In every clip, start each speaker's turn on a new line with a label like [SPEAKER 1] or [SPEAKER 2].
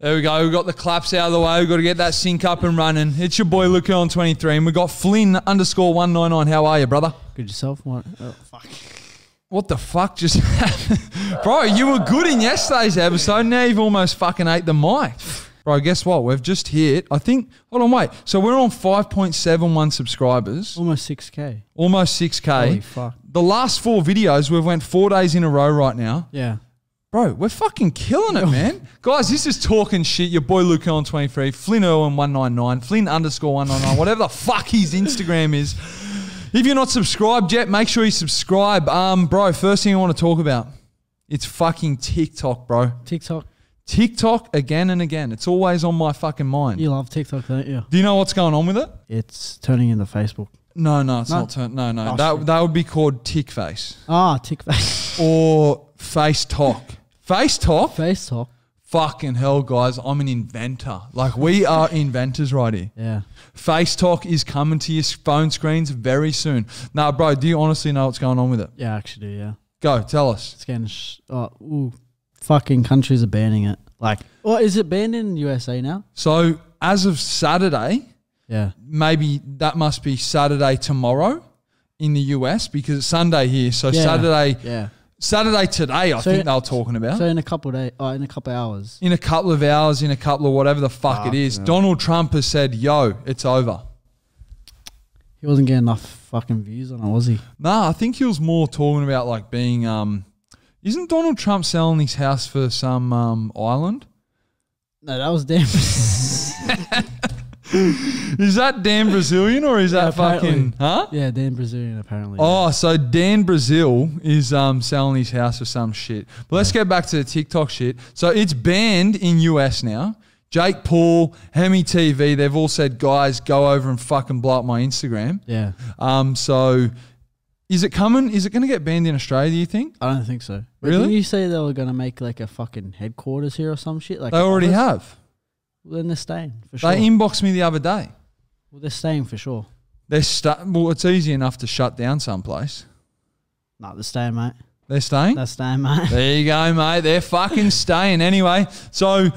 [SPEAKER 1] There we go. We've got the claps out of the way. We've got to get that sync up and running. It's your boy Luke on 23, and we've got Flynn underscore 199. How are you, brother?
[SPEAKER 2] Good yourself. What? Oh, fuck.
[SPEAKER 1] What the fuck just happened? Bro, you were good in yesterday's episode. Now you've almost fucking ate the mic. Bro, guess what? We've just hit, I think, hold on, wait. So we're on 5.71 subscribers,
[SPEAKER 2] Almost 6K.
[SPEAKER 1] almost 6K.
[SPEAKER 2] Holy fuck.
[SPEAKER 1] The last four videos, we've went four days in a row right now.
[SPEAKER 2] Yeah.
[SPEAKER 1] Bro, we're fucking killing it, man. Guys, this is talking shit. Your boy Luke on 23, Flynn Irwin 199, Flynn underscore 199, whatever the fuck his Instagram is. If you're not subscribed yet, make sure you subscribe. Um, bro, first thing I want to talk about, it's fucking TikTok, bro.
[SPEAKER 2] TikTok.
[SPEAKER 1] TikTok again and again. It's always on my fucking mind.
[SPEAKER 2] You love TikTok, don't you?
[SPEAKER 1] Do you know what's going on with it?
[SPEAKER 2] It's turning into Facebook.
[SPEAKER 1] No, no, it's
[SPEAKER 2] No.
[SPEAKER 1] not. Turn- no, no.
[SPEAKER 2] Oh,
[SPEAKER 1] that,
[SPEAKER 2] shit.
[SPEAKER 1] that would be called tick face
[SPEAKER 2] Ah, TikTok.
[SPEAKER 1] or face talk. Face talk
[SPEAKER 2] Facebook.
[SPEAKER 1] Fucking hell, guys, I'm an inventor. Like, we are inventors right here.
[SPEAKER 2] Yeah.
[SPEAKER 1] Face Talk is coming to your phone screens very soon. Now, bro, do you honestly know what's going on with it?
[SPEAKER 2] Yeah, I actually do. Yeah.
[SPEAKER 1] Go, tell us.
[SPEAKER 2] It's getting. Sh- oh, ooh. Fucking countries are banning it. Like, well, is it banned in USA now?
[SPEAKER 1] So, as of Saturday,
[SPEAKER 2] Yeah.
[SPEAKER 1] maybe that must be Saturday tomorrow in the US because it's Sunday here. So,
[SPEAKER 2] Yeah.
[SPEAKER 1] Saturday,
[SPEAKER 2] Yeah.
[SPEAKER 1] Saturday today, I
[SPEAKER 2] So-
[SPEAKER 1] think they were talking about.
[SPEAKER 2] So in a couple of days, oh, in a couple of hours.
[SPEAKER 1] in a couple of hours, in a couple of whatever the fuck
[SPEAKER 2] Ah,
[SPEAKER 1] it is, Donald Trump has said, yo, it's over.
[SPEAKER 2] He wasn't getting enough fucking views on it, was he?
[SPEAKER 1] Nah, I think he was more talking about like being. Um, isn't Donald Trump selling his house for some um, island?
[SPEAKER 2] No, that was damn.
[SPEAKER 1] Is that Dan Brazilian or is that
[SPEAKER 2] apparently.
[SPEAKER 1] fucking huh?
[SPEAKER 2] yeah, damn Brazilian apparently.
[SPEAKER 1] Oh, so Dan Brazil is um, selling his house for some shit. But let's get back to the TikTok shit. So it's banned in US now. Jake Paul, Hemi TV, they've all said, guys, go over and fucking blow up my Instagram.
[SPEAKER 2] Yeah.
[SPEAKER 1] Um, so is it coming? Is it going to get banned in Australia? Do you think?
[SPEAKER 2] I don't think so. Wait,
[SPEAKER 1] Really?
[SPEAKER 2] Didn't you say they were gonna make like a fucking headquarters here or some shit? Like
[SPEAKER 1] They already
[SPEAKER 2] office?
[SPEAKER 1] have.
[SPEAKER 2] Well, Then they're staying for sure.
[SPEAKER 1] They inboxed me the other day.
[SPEAKER 2] well, they're staying for sure.
[SPEAKER 1] They're sta- well, it's easy enough to shut down someplace.
[SPEAKER 2] No, they're staying, mate.
[SPEAKER 1] They're staying.
[SPEAKER 2] They're staying, mate.
[SPEAKER 1] There you go, mate. They're fucking staying anyway. So,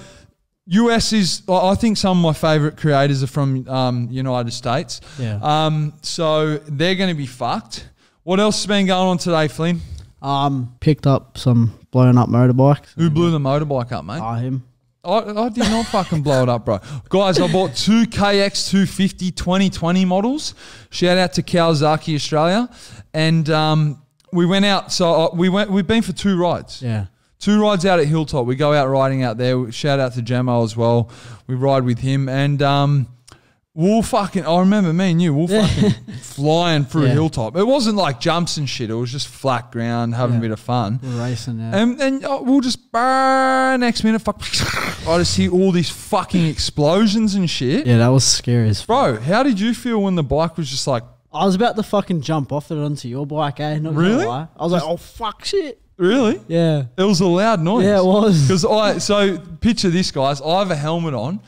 [SPEAKER 1] US is. I I think some of my favorite creators are from um, United States.
[SPEAKER 2] Yeah.
[SPEAKER 1] Um, so they're going to be fucked. What else has been going on today, Flynn?
[SPEAKER 2] um, picked up some blown up motorbikes.
[SPEAKER 1] Who blew the motorbike up, mate?
[SPEAKER 2] Ah, him.
[SPEAKER 1] I, I did not fucking blow it up, bro. Guys, I bought two KX250 2020 models. Shout out to Kawasaki Australia. And um, we went out. So uh, we went, we've been for two rides.
[SPEAKER 2] Yeah.
[SPEAKER 1] Two rides out at Hilltop. We go out riding out there. Shout out to Jamo as well. We ride with him. And um, we'll fucking, I remember me and you, we'll fucking flying through
[SPEAKER 2] Yeah.
[SPEAKER 1] Hilltop. It wasn't like jumps and shit. It was just flat ground, having a
[SPEAKER 2] Yeah.
[SPEAKER 1] bit of fun.
[SPEAKER 2] We're racing. Yeah.
[SPEAKER 1] And and uh, we'll just burr, next minute, fuck, I just hear all these fucking explosions and shit.
[SPEAKER 2] yeah, that was scary as fuck.
[SPEAKER 1] Bro, how did you feel when the bike was just like,
[SPEAKER 2] I was about to fucking jump off it onto your bike, eh? Not gonna
[SPEAKER 1] Really?
[SPEAKER 2] lie. I was like, oh fuck, shit.
[SPEAKER 1] really?
[SPEAKER 2] Yeah.
[SPEAKER 1] It was a loud noise.
[SPEAKER 2] Yeah, it was.
[SPEAKER 1] Because I so picture this, guys. I have a helmet on.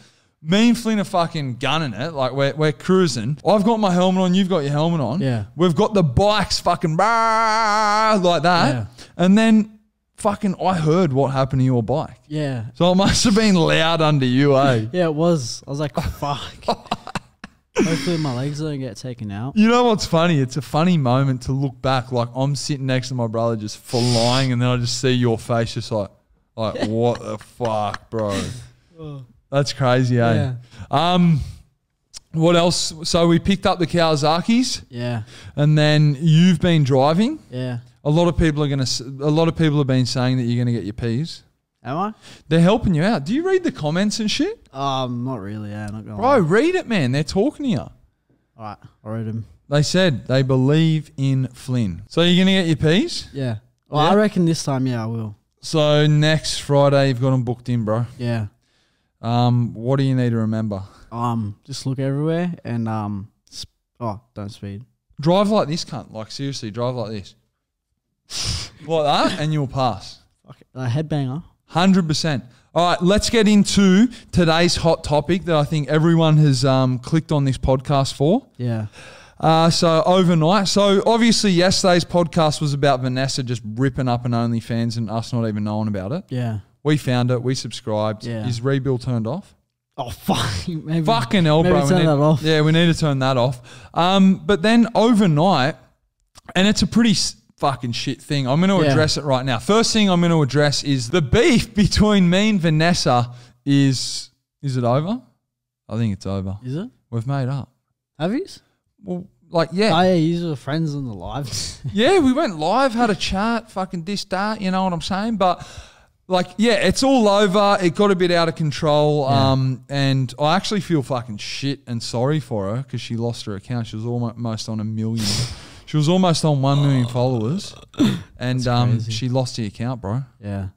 [SPEAKER 1] Me and Flynn are fucking gunning it. Like we're, we're cruising. I've got my helmet on. You've got your helmet on.
[SPEAKER 2] Yeah.
[SPEAKER 1] We've got the bikes fucking rah, like that.
[SPEAKER 2] Yeah.
[SPEAKER 1] And then fucking I heard what happened to your bike.
[SPEAKER 2] Yeah.
[SPEAKER 1] So it must have been loud under you, eh?
[SPEAKER 2] Yeah, it was. I was like, fuck. Hopefully my legs don't get taken out.
[SPEAKER 1] You know what's funny? It's a funny moment to look back. Like I'm sitting next to my brother, just flying, and then I just see your face, just like, like what the fuck, bro? That's crazy, eh?
[SPEAKER 2] Yeah.
[SPEAKER 1] Um, what else? So we picked up the Kawasaki's,
[SPEAKER 2] Yeah.
[SPEAKER 1] and then you've been driving.
[SPEAKER 2] Yeah.
[SPEAKER 1] A lot of people are gonna. s- A lot of people have been saying that you're gonna get your P's.
[SPEAKER 2] Am I?
[SPEAKER 1] They're helping you out. Do you read the comments and shit,
[SPEAKER 2] Um, not really. Yeah, not gonna.
[SPEAKER 1] bro?
[SPEAKER 2] lie.
[SPEAKER 1] Read it, man. They're talking to you.
[SPEAKER 2] All right, I wrote him.
[SPEAKER 1] They said they believe in Flynn. So you're gonna get your P's.
[SPEAKER 2] Yeah. Well,
[SPEAKER 1] Yeah?
[SPEAKER 2] I reckon this time, yeah, I will.
[SPEAKER 1] So next Friday, you've got them booked in, bro.
[SPEAKER 2] Yeah.
[SPEAKER 1] Um, what do you need to remember?
[SPEAKER 2] Um, just look everywhere and um, sp- oh, don't speed.
[SPEAKER 1] Drive like this, cunt. Like seriously, drive like this, like that, and you'll pass.
[SPEAKER 2] Fuck it. Uh, headbanger.
[SPEAKER 1] Hundred percent. All right, let's get into today's hot topic that I think everyone has um, clicked on this podcast for.
[SPEAKER 2] Yeah.
[SPEAKER 1] Uh, so overnight. So obviously, yesterday's podcast was about Vanessa just ripping up an OnlyFans and us not even knowing about it.
[SPEAKER 2] Yeah.
[SPEAKER 1] We found it. We subscribed.
[SPEAKER 2] Yeah.
[SPEAKER 1] Is rebuild turned off?
[SPEAKER 2] Oh fuck! Maybe
[SPEAKER 1] Fucking hell,
[SPEAKER 2] maybe
[SPEAKER 1] bro. We
[SPEAKER 2] turn
[SPEAKER 1] need-
[SPEAKER 2] that off.
[SPEAKER 1] Yeah, we need to turn that off. Um, but then overnight, and it's a pretty s- fucking shit thing. I'm going to
[SPEAKER 2] Yeah.
[SPEAKER 1] address it right now. First thing I'm going to address is the beef between me and Vanessa is is it over? I think it's over.
[SPEAKER 2] Is it?
[SPEAKER 1] We've made up.
[SPEAKER 2] Have yous?
[SPEAKER 1] Well, like
[SPEAKER 2] Yeah.
[SPEAKER 1] yeah,
[SPEAKER 2] Oh yeah, yous were friends on the lives.
[SPEAKER 1] yeah, we went live, had a chat, fucking this, that, you know what I'm saying? But like, yeah, it's all over. It got a bit out of control. Um, and I actually feel fucking shit and sorry for her because she lost her account. She was almost on a million. she was almost on one million followers. And um,
[SPEAKER 2] crazy.
[SPEAKER 1] she lost the account, bro.
[SPEAKER 2] yeah,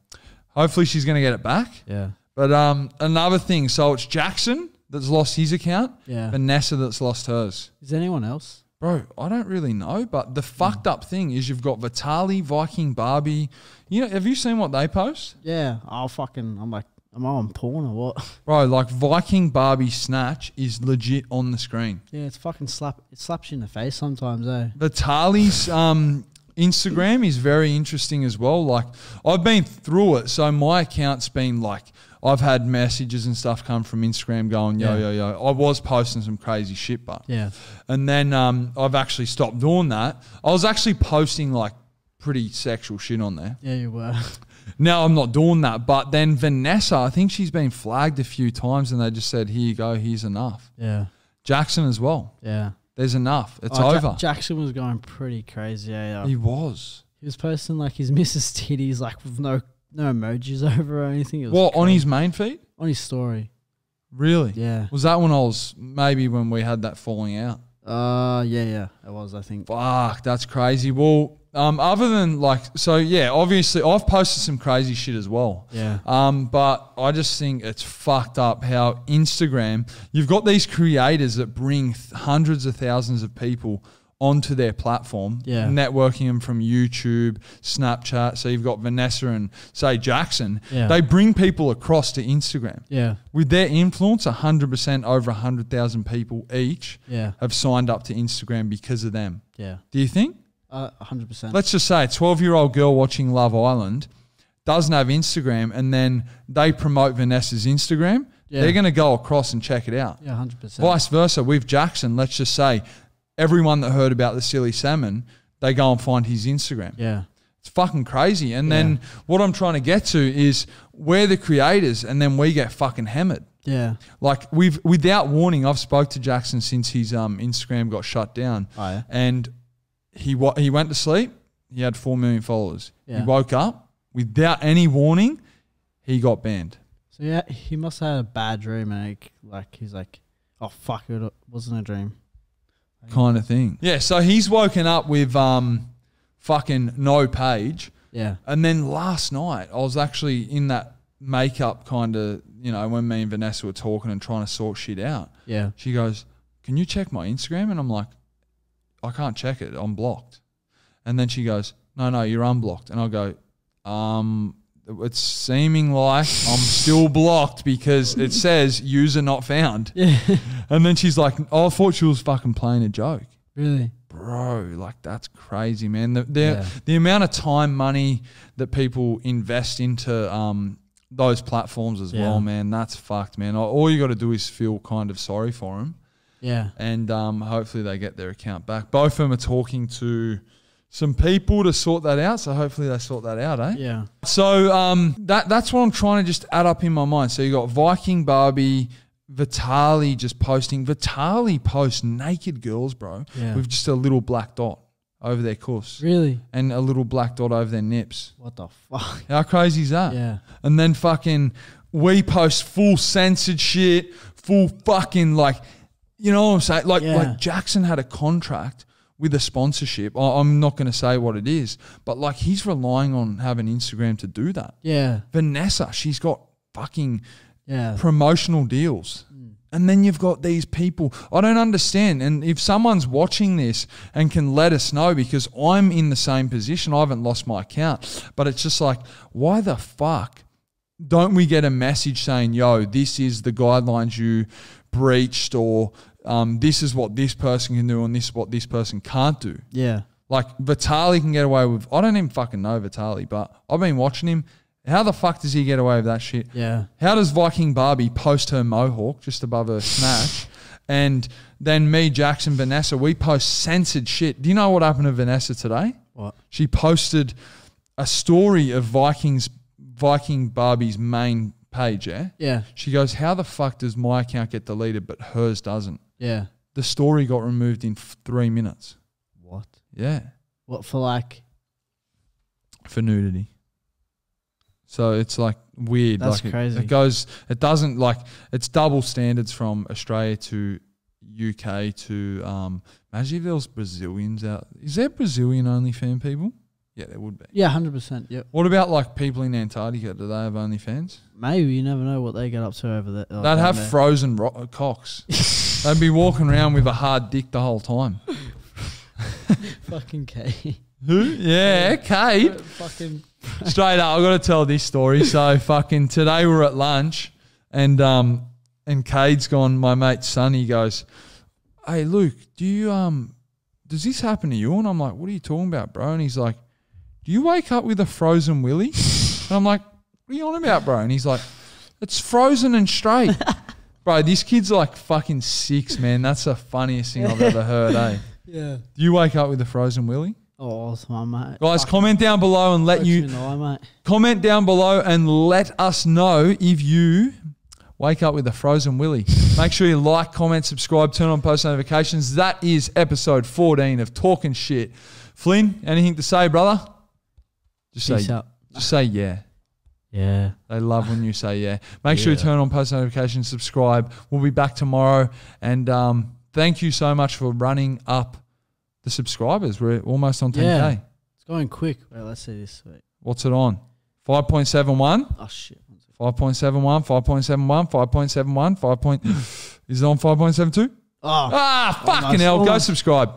[SPEAKER 1] Hopefully she's going to get it back.
[SPEAKER 2] yeah,
[SPEAKER 1] But um, another thing, so it's Jackson that's lost his account,
[SPEAKER 2] yeah.
[SPEAKER 1] Vanessa that's lost hers.
[SPEAKER 2] Is anyone else?
[SPEAKER 1] Bro, I don't really know, but the fucked up thing is you've got Vitali, Viking, Barbie. You know, have you seen what they post?
[SPEAKER 2] Yeah, I'll fucking. I'm like, am I on porn or what?
[SPEAKER 1] Bro, like Viking, Barbie, Snatch is legit on the screen.
[SPEAKER 2] Yeah, it's fucking slap. It slaps you in the face sometimes, eh?
[SPEAKER 1] Vitali's um, Instagram is very interesting as well. Like, I've been through it, so my account's been like, I've had messages and stuff come from Instagram going, yo,
[SPEAKER 2] Yeah.
[SPEAKER 1] yo, yo. I was posting some crazy shit, but.
[SPEAKER 2] Yeah,
[SPEAKER 1] And then um, I've actually stopped doing that. I was actually posting like pretty sexual shit on there.
[SPEAKER 2] yeah, you were.
[SPEAKER 1] No, I'm not doing that. But then Vanessa, I think she's been flagged a few times and they just said, here you go, here's enough.
[SPEAKER 2] yeah,
[SPEAKER 1] Jackson as well.
[SPEAKER 2] yeah.
[SPEAKER 1] There's enough. It's
[SPEAKER 2] Oh, Ja-
[SPEAKER 1] over.
[SPEAKER 2] Jackson was going pretty crazy. Yeah, yeah.
[SPEAKER 1] he was.
[SPEAKER 2] He was posting like his Mrs. Titties, like with no no emojis over or anything. It was
[SPEAKER 1] Well, on
[SPEAKER 2] crazy.
[SPEAKER 1] his main feed?
[SPEAKER 2] on his story.
[SPEAKER 1] Really?
[SPEAKER 2] Yeah.
[SPEAKER 1] Was that when I was maybe when we had that falling out?
[SPEAKER 2] Uh, yeah, yeah. It was, I think.
[SPEAKER 1] Fuck, that's crazy. Well, um, other than like, so yeah, obviously I've posted some crazy shit as well.
[SPEAKER 2] Yeah.
[SPEAKER 1] Um, but I just think it's fucked up how Instagram, you've got these creators that bring th- hundreds of thousands of people onto their platform,
[SPEAKER 2] Yeah.
[SPEAKER 1] networking them from YouTube, Snapchat. So you've got Vanessa and say Jackson.
[SPEAKER 2] Yeah.
[SPEAKER 1] They bring people across to Instagram.
[SPEAKER 2] Yeah,
[SPEAKER 1] With their influence, 100% over 100,000 people each
[SPEAKER 2] yeah,
[SPEAKER 1] have signed up to Instagram because of them.
[SPEAKER 2] yeah.
[SPEAKER 1] Do you think?
[SPEAKER 2] Uh, 100%.
[SPEAKER 1] let's just say a 12 year old girl watching Love Island doesn't have Instagram and then they promote Vanessa's Instagram,
[SPEAKER 2] Yeah.
[SPEAKER 1] they're going to go across and check it out.
[SPEAKER 2] yeah, 100%.
[SPEAKER 1] Vice versa, with Jackson, let's just say everyone that heard about the silly salmon, they go and find his Instagram.
[SPEAKER 2] Yeah,
[SPEAKER 1] It's fucking crazy. And then what I'm trying to get to is we're the creators and then we get fucking hammered.
[SPEAKER 2] yeah.
[SPEAKER 1] Like we've without warning, I've spoke to Jackson since his um, Instagram got shut down
[SPEAKER 2] Oh, yeah.
[SPEAKER 1] and he wa- he went to sleep. He had four million followers.
[SPEAKER 2] Yeah.
[SPEAKER 1] He woke up without any warning. He got banned.
[SPEAKER 2] So, yeah, he must have had a bad dream. And like, like he's like, oh, fuck, it wasn't a dream.
[SPEAKER 1] Kind of thing. Yeah. So he's woken up with um, fucking no page.
[SPEAKER 2] Yeah,
[SPEAKER 1] And then last night, I was actually in that makeup kind of, you know, when me and Vanessa were talking and trying to sort shit out.
[SPEAKER 2] yeah,
[SPEAKER 1] She goes, Can you check my Instagram? And I'm like, I can't check it. I'm blocked. And then she goes, No, no, you're unblocked. And I go, Um, it's seeming like I'm still blocked because it says user not found.
[SPEAKER 2] yeah.
[SPEAKER 1] And then she's like, Oh, I thought she was fucking playing a joke.
[SPEAKER 2] really?
[SPEAKER 1] Bro, like that's crazy, man. The the,
[SPEAKER 2] Yeah.
[SPEAKER 1] the amount of time, money that people invest into um those platforms as
[SPEAKER 2] Yeah.
[SPEAKER 1] well, man. That's fucked, man. All you got to do is feel kind of sorry for them
[SPEAKER 2] Yeah,
[SPEAKER 1] and um, hopefully they get their account back. Both of them are talking to some people to sort that out. So hopefully they sort that out, eh?
[SPEAKER 2] yeah,
[SPEAKER 1] So um, that that's what I'm trying to just add up in my mind. So you got Viking Barbie, Vitali just posting. Vitali posts naked girls, bro,
[SPEAKER 2] yeah.
[SPEAKER 1] with just a little black dot over their cuffs
[SPEAKER 2] really?
[SPEAKER 1] and a little black dot over their nips.
[SPEAKER 2] What the fuck?
[SPEAKER 1] How crazy is that?
[SPEAKER 2] Yeah,
[SPEAKER 1] and then fucking we post full censored shit, full fucking like, you know what I'm saying? Like,
[SPEAKER 2] Yeah.
[SPEAKER 1] like Jackson had a contract with a sponsorship. I, I'm not going to say what it is, but like he's relying on having Instagram to do that.
[SPEAKER 2] yeah,
[SPEAKER 1] Vanessa, she's got fucking
[SPEAKER 2] yeah,
[SPEAKER 1] promotional deals. And then you've got these people. I don't understand. And if someone's watching this and can let us know, because I'm in the same position, I haven't lost my account. But it's just like, why the fuck don't we get a message saying, yo, this is the guidelines you breached, or um, this is what this person can do, and this is what this person can't do?
[SPEAKER 2] yeah,
[SPEAKER 1] Like Vitali can get away with. I don't even fucking know Vitali, but I've been watching him. How the fuck does he get away with that shit?
[SPEAKER 2] Yeah.
[SPEAKER 1] How does Viking Barbie post her mohawk just above her snatch? And then me, Jackson, Vanessa, we post censored shit. Do you know what happened to Vanessa today?
[SPEAKER 2] What?
[SPEAKER 1] She posted a story of Vikings Viking Barbie's main page, yeah?
[SPEAKER 2] Yeah.
[SPEAKER 1] She goes, How the fuck does my account get deleted but hers doesn't?
[SPEAKER 2] Yeah.
[SPEAKER 1] The story got removed in f- three minutes.
[SPEAKER 2] What?
[SPEAKER 1] Yeah.
[SPEAKER 2] What for like
[SPEAKER 1] For nudity. So it's like weird.
[SPEAKER 2] That's
[SPEAKER 1] like it-
[SPEAKER 2] crazy.
[SPEAKER 1] It, goes it doesn't like it's double standards from Australia to UK to um imagine if there was Brazilians out is there Brazilian only fan people? Yeah, there would be.
[SPEAKER 2] Yeah, hundred percent. Yep.
[SPEAKER 1] What about like people in Antarctica? Do they have OnlyFans?
[SPEAKER 2] Maybe you never know what they get up to over there.
[SPEAKER 1] They'd
[SPEAKER 2] like, down
[SPEAKER 1] have
[SPEAKER 2] there.
[SPEAKER 1] frozen ro- uh, cocks. They'd be walking around with a hard dick the whole time.
[SPEAKER 2] fucking K.
[SPEAKER 1] Who? Yeah, Kate.
[SPEAKER 2] fucking
[SPEAKER 1] Straight up, I've got to tell this story. So fucking today we're at lunch and um and Cade's gone, my mate Sonny goes, Hey Luke, do you um does this happen to you? And I'm like, What are you talking about, bro? And he's like, Do you wake up with a frozen willy? and I'm like, What are you on about, bro? And he's like, It's frozen and straight. bro, this kid's like fucking six, man. That's the funniest thing I've ever heard, eh?
[SPEAKER 2] yeah.
[SPEAKER 1] Do you wake up with a frozen willy?
[SPEAKER 2] Oh, awesome, mate.
[SPEAKER 1] Guys, comment down below and let
[SPEAKER 2] Fucking
[SPEAKER 1] you
[SPEAKER 2] you know, mate.
[SPEAKER 1] Comment down below and let us know if you wake up with a frozen willy. Make sure you like, comment, subscribe, turn on post notifications. That is episode 14 of Talking Shit. Flynn, anything to say, brother? Just
[SPEAKER 2] Peace
[SPEAKER 1] say,
[SPEAKER 2] out.
[SPEAKER 1] just say yeah.
[SPEAKER 2] Yeah.
[SPEAKER 1] They love when you say yeah. Make sure you
[SPEAKER 2] Yeah.
[SPEAKER 1] turn on post notifications, subscribe. We'll be back tomorrow. And um, thank you so much for running up the subscribers. We're almost on 10K.
[SPEAKER 2] Yeah. It's going quick. Wait, let's see this. Wait.
[SPEAKER 1] What's it on? 5.71.
[SPEAKER 2] Oh shit.
[SPEAKER 1] 5.71, 5.71, 5.71, 5. Point, is it on 5.72?
[SPEAKER 2] Oh.
[SPEAKER 1] Ah, fucking hell. Go
[SPEAKER 2] almost.
[SPEAKER 1] subscribe.